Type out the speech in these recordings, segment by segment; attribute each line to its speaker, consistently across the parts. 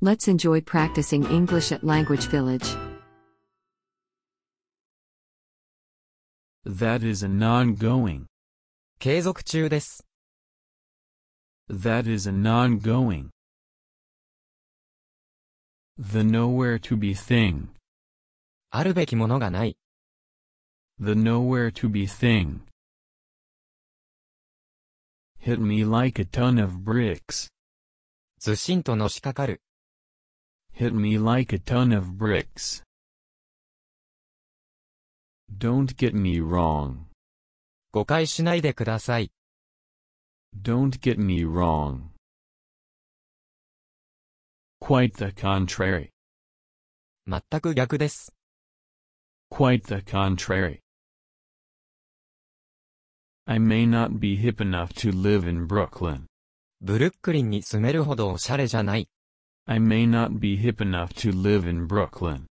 Speaker 1: Let's enjoy practicing English at Language Village.
Speaker 2: That is an ongoing.
Speaker 3: 継続中です。
Speaker 2: That is an ongoing. The nowhere to be thing.
Speaker 3: あるべきものがない。
Speaker 2: The nowhere to be thing. Hit me like a ton of bricks.
Speaker 3: ずしんとのしかかる。
Speaker 2: Hit me like a ton of bricks. Don't get me wrong.
Speaker 3: 誤解しないでください。
Speaker 2: Don't get me wrong. Quite the contrary.
Speaker 3: 全く逆です。
Speaker 2: Quite the contrary. I may not be hip enough to live in Brooklyn.
Speaker 3: ブルックリンに住めるほどおしゃれじゃない。
Speaker 2: I may not be hip enough to live in Brooklyn.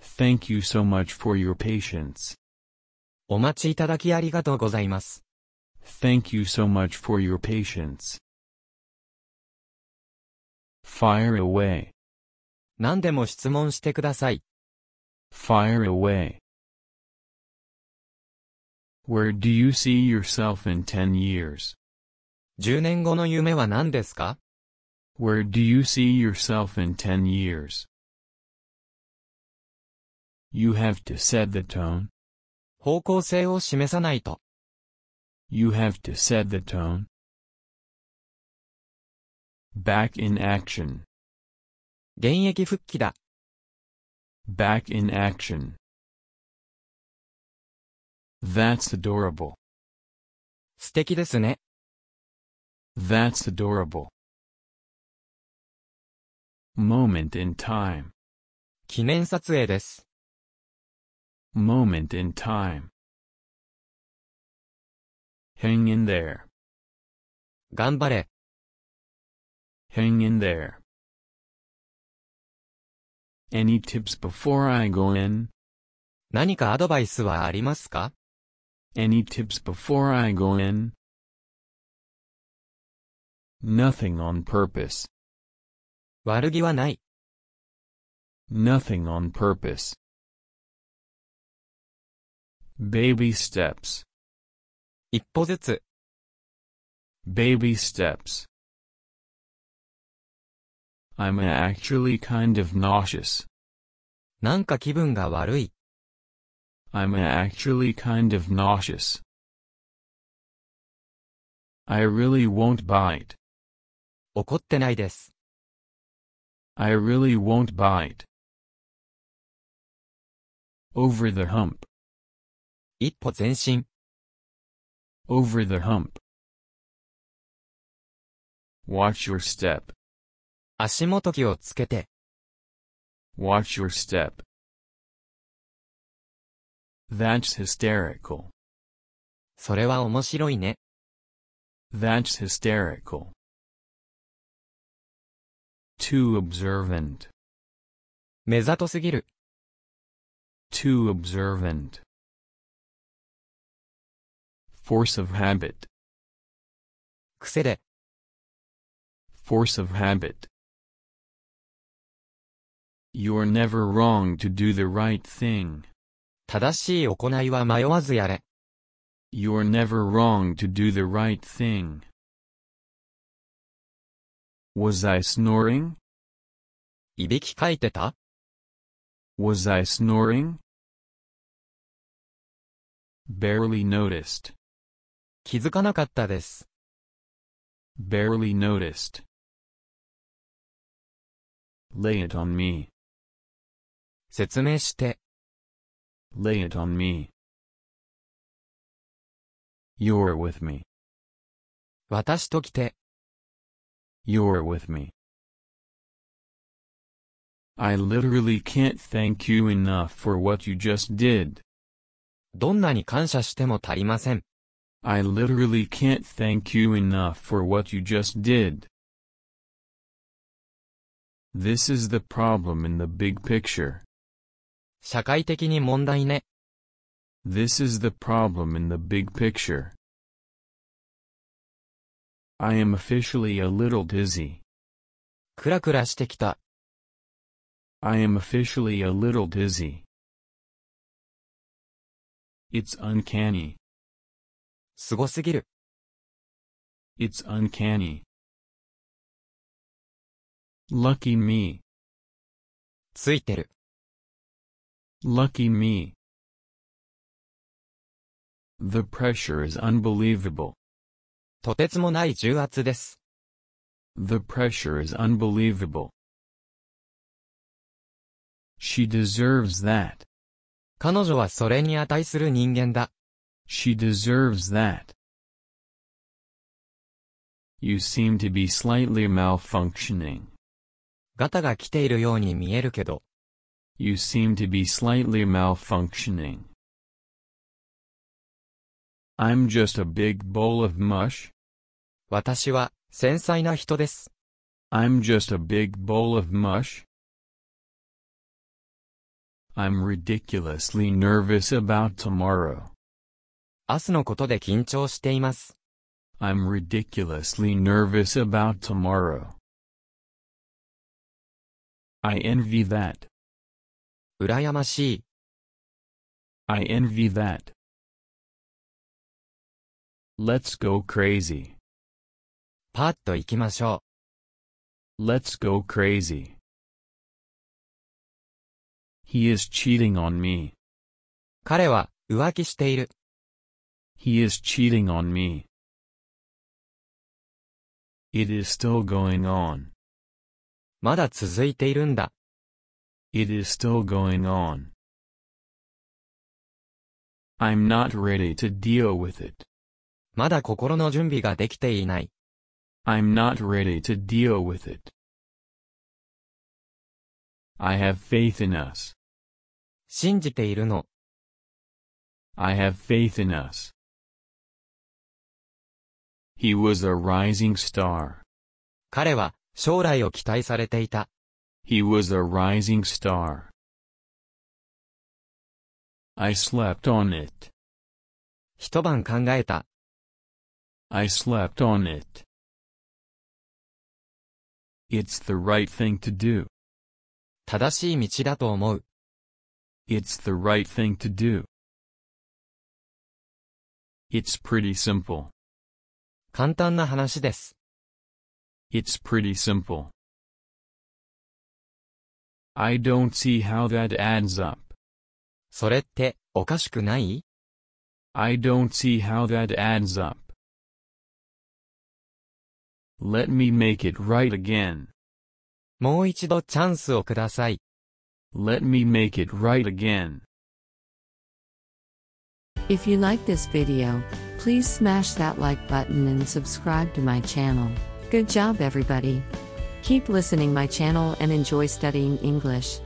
Speaker 2: Thank you so much for your patience.
Speaker 3: お待ちいただきありがとうございます。
Speaker 2: Thank you so much for your patience. Fire away.
Speaker 3: 何でも質問してください。
Speaker 2: Fire away. Where do you see yourself in 10 years?
Speaker 3: 10年後の夢は何ですか
Speaker 2: Where do you see yourself in 10 years? You have to set the tone.
Speaker 3: 方向性を示さないと。
Speaker 2: You have to set the tone. Back in action.
Speaker 3: 現役復帰だ。
Speaker 2: Back in action. That's adorable.
Speaker 3: 素敵ですね。
Speaker 2: That's adorable. Moment in time.
Speaker 3: 記念撮影です。
Speaker 2: Moment in time. Hang in there.
Speaker 3: 頑張れ。
Speaker 2: Hang in there. Any tips before I go in?
Speaker 3: 何かアドバイスはありますか
Speaker 2: Any tips before I go in? Nothing on purpose.
Speaker 3: 悪気はない。
Speaker 2: Nothing on purpose. Baby steps.
Speaker 3: 一歩ずつ。
Speaker 2: Baby steps. I'm actually kind of nauseous.
Speaker 3: なんか気分が悪い。
Speaker 2: I'm actually kind of nauseous. I really won't bite.
Speaker 3: 怒ってないです。
Speaker 2: I really won't bite. Over the hump.
Speaker 3: 一歩前進。
Speaker 2: Over the hump. Watch your step.
Speaker 3: 足元気をつけて。
Speaker 2: Watch your step. That's hysterical.
Speaker 3: それは面白いね。
Speaker 2: That's hysterical. Too observant.
Speaker 3: 目ざとすぎる。
Speaker 2: Too observant. Force of habit.
Speaker 3: 癖で。
Speaker 2: Force of habit. You're never wrong to do the right thing.
Speaker 3: 正しい行いは迷わずやれ。
Speaker 2: You're never wrong to do the right thing. Was I snoring?
Speaker 3: いびきかいてた
Speaker 2: Was I snoring? Barely noticed.
Speaker 3: 気づかなかったです。
Speaker 2: Barely noticed. Lay it on me.
Speaker 3: 説明して。
Speaker 2: Lay it on me. You're with me.
Speaker 3: 私と来て。
Speaker 2: You're with me. I literally can't thank you enough for what you just did.
Speaker 3: どんなに感謝しても足りません。
Speaker 2: I literally can't thank you enough for what you just did. This is the problem in the big picture.
Speaker 3: 社会的に問題ね。
Speaker 2: This is the problem in the big picture. I am officially a little dizzy.
Speaker 3: クラクラしてきた。
Speaker 2: I am officially a little dizzy. It's uncanny.
Speaker 3: すごすぎる。
Speaker 2: It's uncanny. Lucky me.
Speaker 3: ついてる。
Speaker 2: Lucky me. The pressure is unbelievable.
Speaker 3: とてつもない重圧です。
Speaker 2: The pressure is unbelievable. She deserves that.
Speaker 3: 彼女はそれに値する人間だ。
Speaker 2: She deserves that. You seem to be slightly malfunctioning.
Speaker 3: ガタが来ているように見えるけど、
Speaker 2: You seem to be slightly malfunctioning. I'm just a big bowl of mush.
Speaker 3: 私は繊細な人です。
Speaker 2: I'm just a big bowl of mush. I'm ridiculously nervous about tomorrow.
Speaker 3: 明日のことで緊張しています。
Speaker 2: I'm ridiculously nervous about tomorrow. I envy that.
Speaker 3: 羨ましい。
Speaker 2: I envy that. Let's go crazy.
Speaker 3: パーッと行きましょ
Speaker 2: Let's go crazy. He is cheating on me.
Speaker 3: う。彼は浮気している。
Speaker 2: He is cheating on me. It is still going on.
Speaker 3: まだ続いているんだ。
Speaker 2: It is still going on. I'm not ready to deal with it.
Speaker 3: まだ心の準備ができていない。
Speaker 2: I'm not ready to deal with it. I have faith in us.
Speaker 3: 信じているの。
Speaker 2: I have faith in us. He was a rising star.
Speaker 3: 彼は将来を期待されていた。
Speaker 2: He was a rising star. I slept on it.
Speaker 3: 一晩考えた。
Speaker 2: I slept on it. It's the right thing to do.
Speaker 3: 正しい道だと思う。
Speaker 2: It's the right thing to do. It's pretty simple.
Speaker 3: 簡単な話です。
Speaker 2: It's pretty simple. I don't see how that adds up.
Speaker 3: それって、おかしくない
Speaker 2: I don't see how that adds up. Let me make it right again.
Speaker 3: もう一度チャンスをください。
Speaker 2: Let me make it right again.
Speaker 1: If you like this video, please smash that like button and subscribe to my channel. Good job, everybody. Keep listening my channel and enjoy studying English.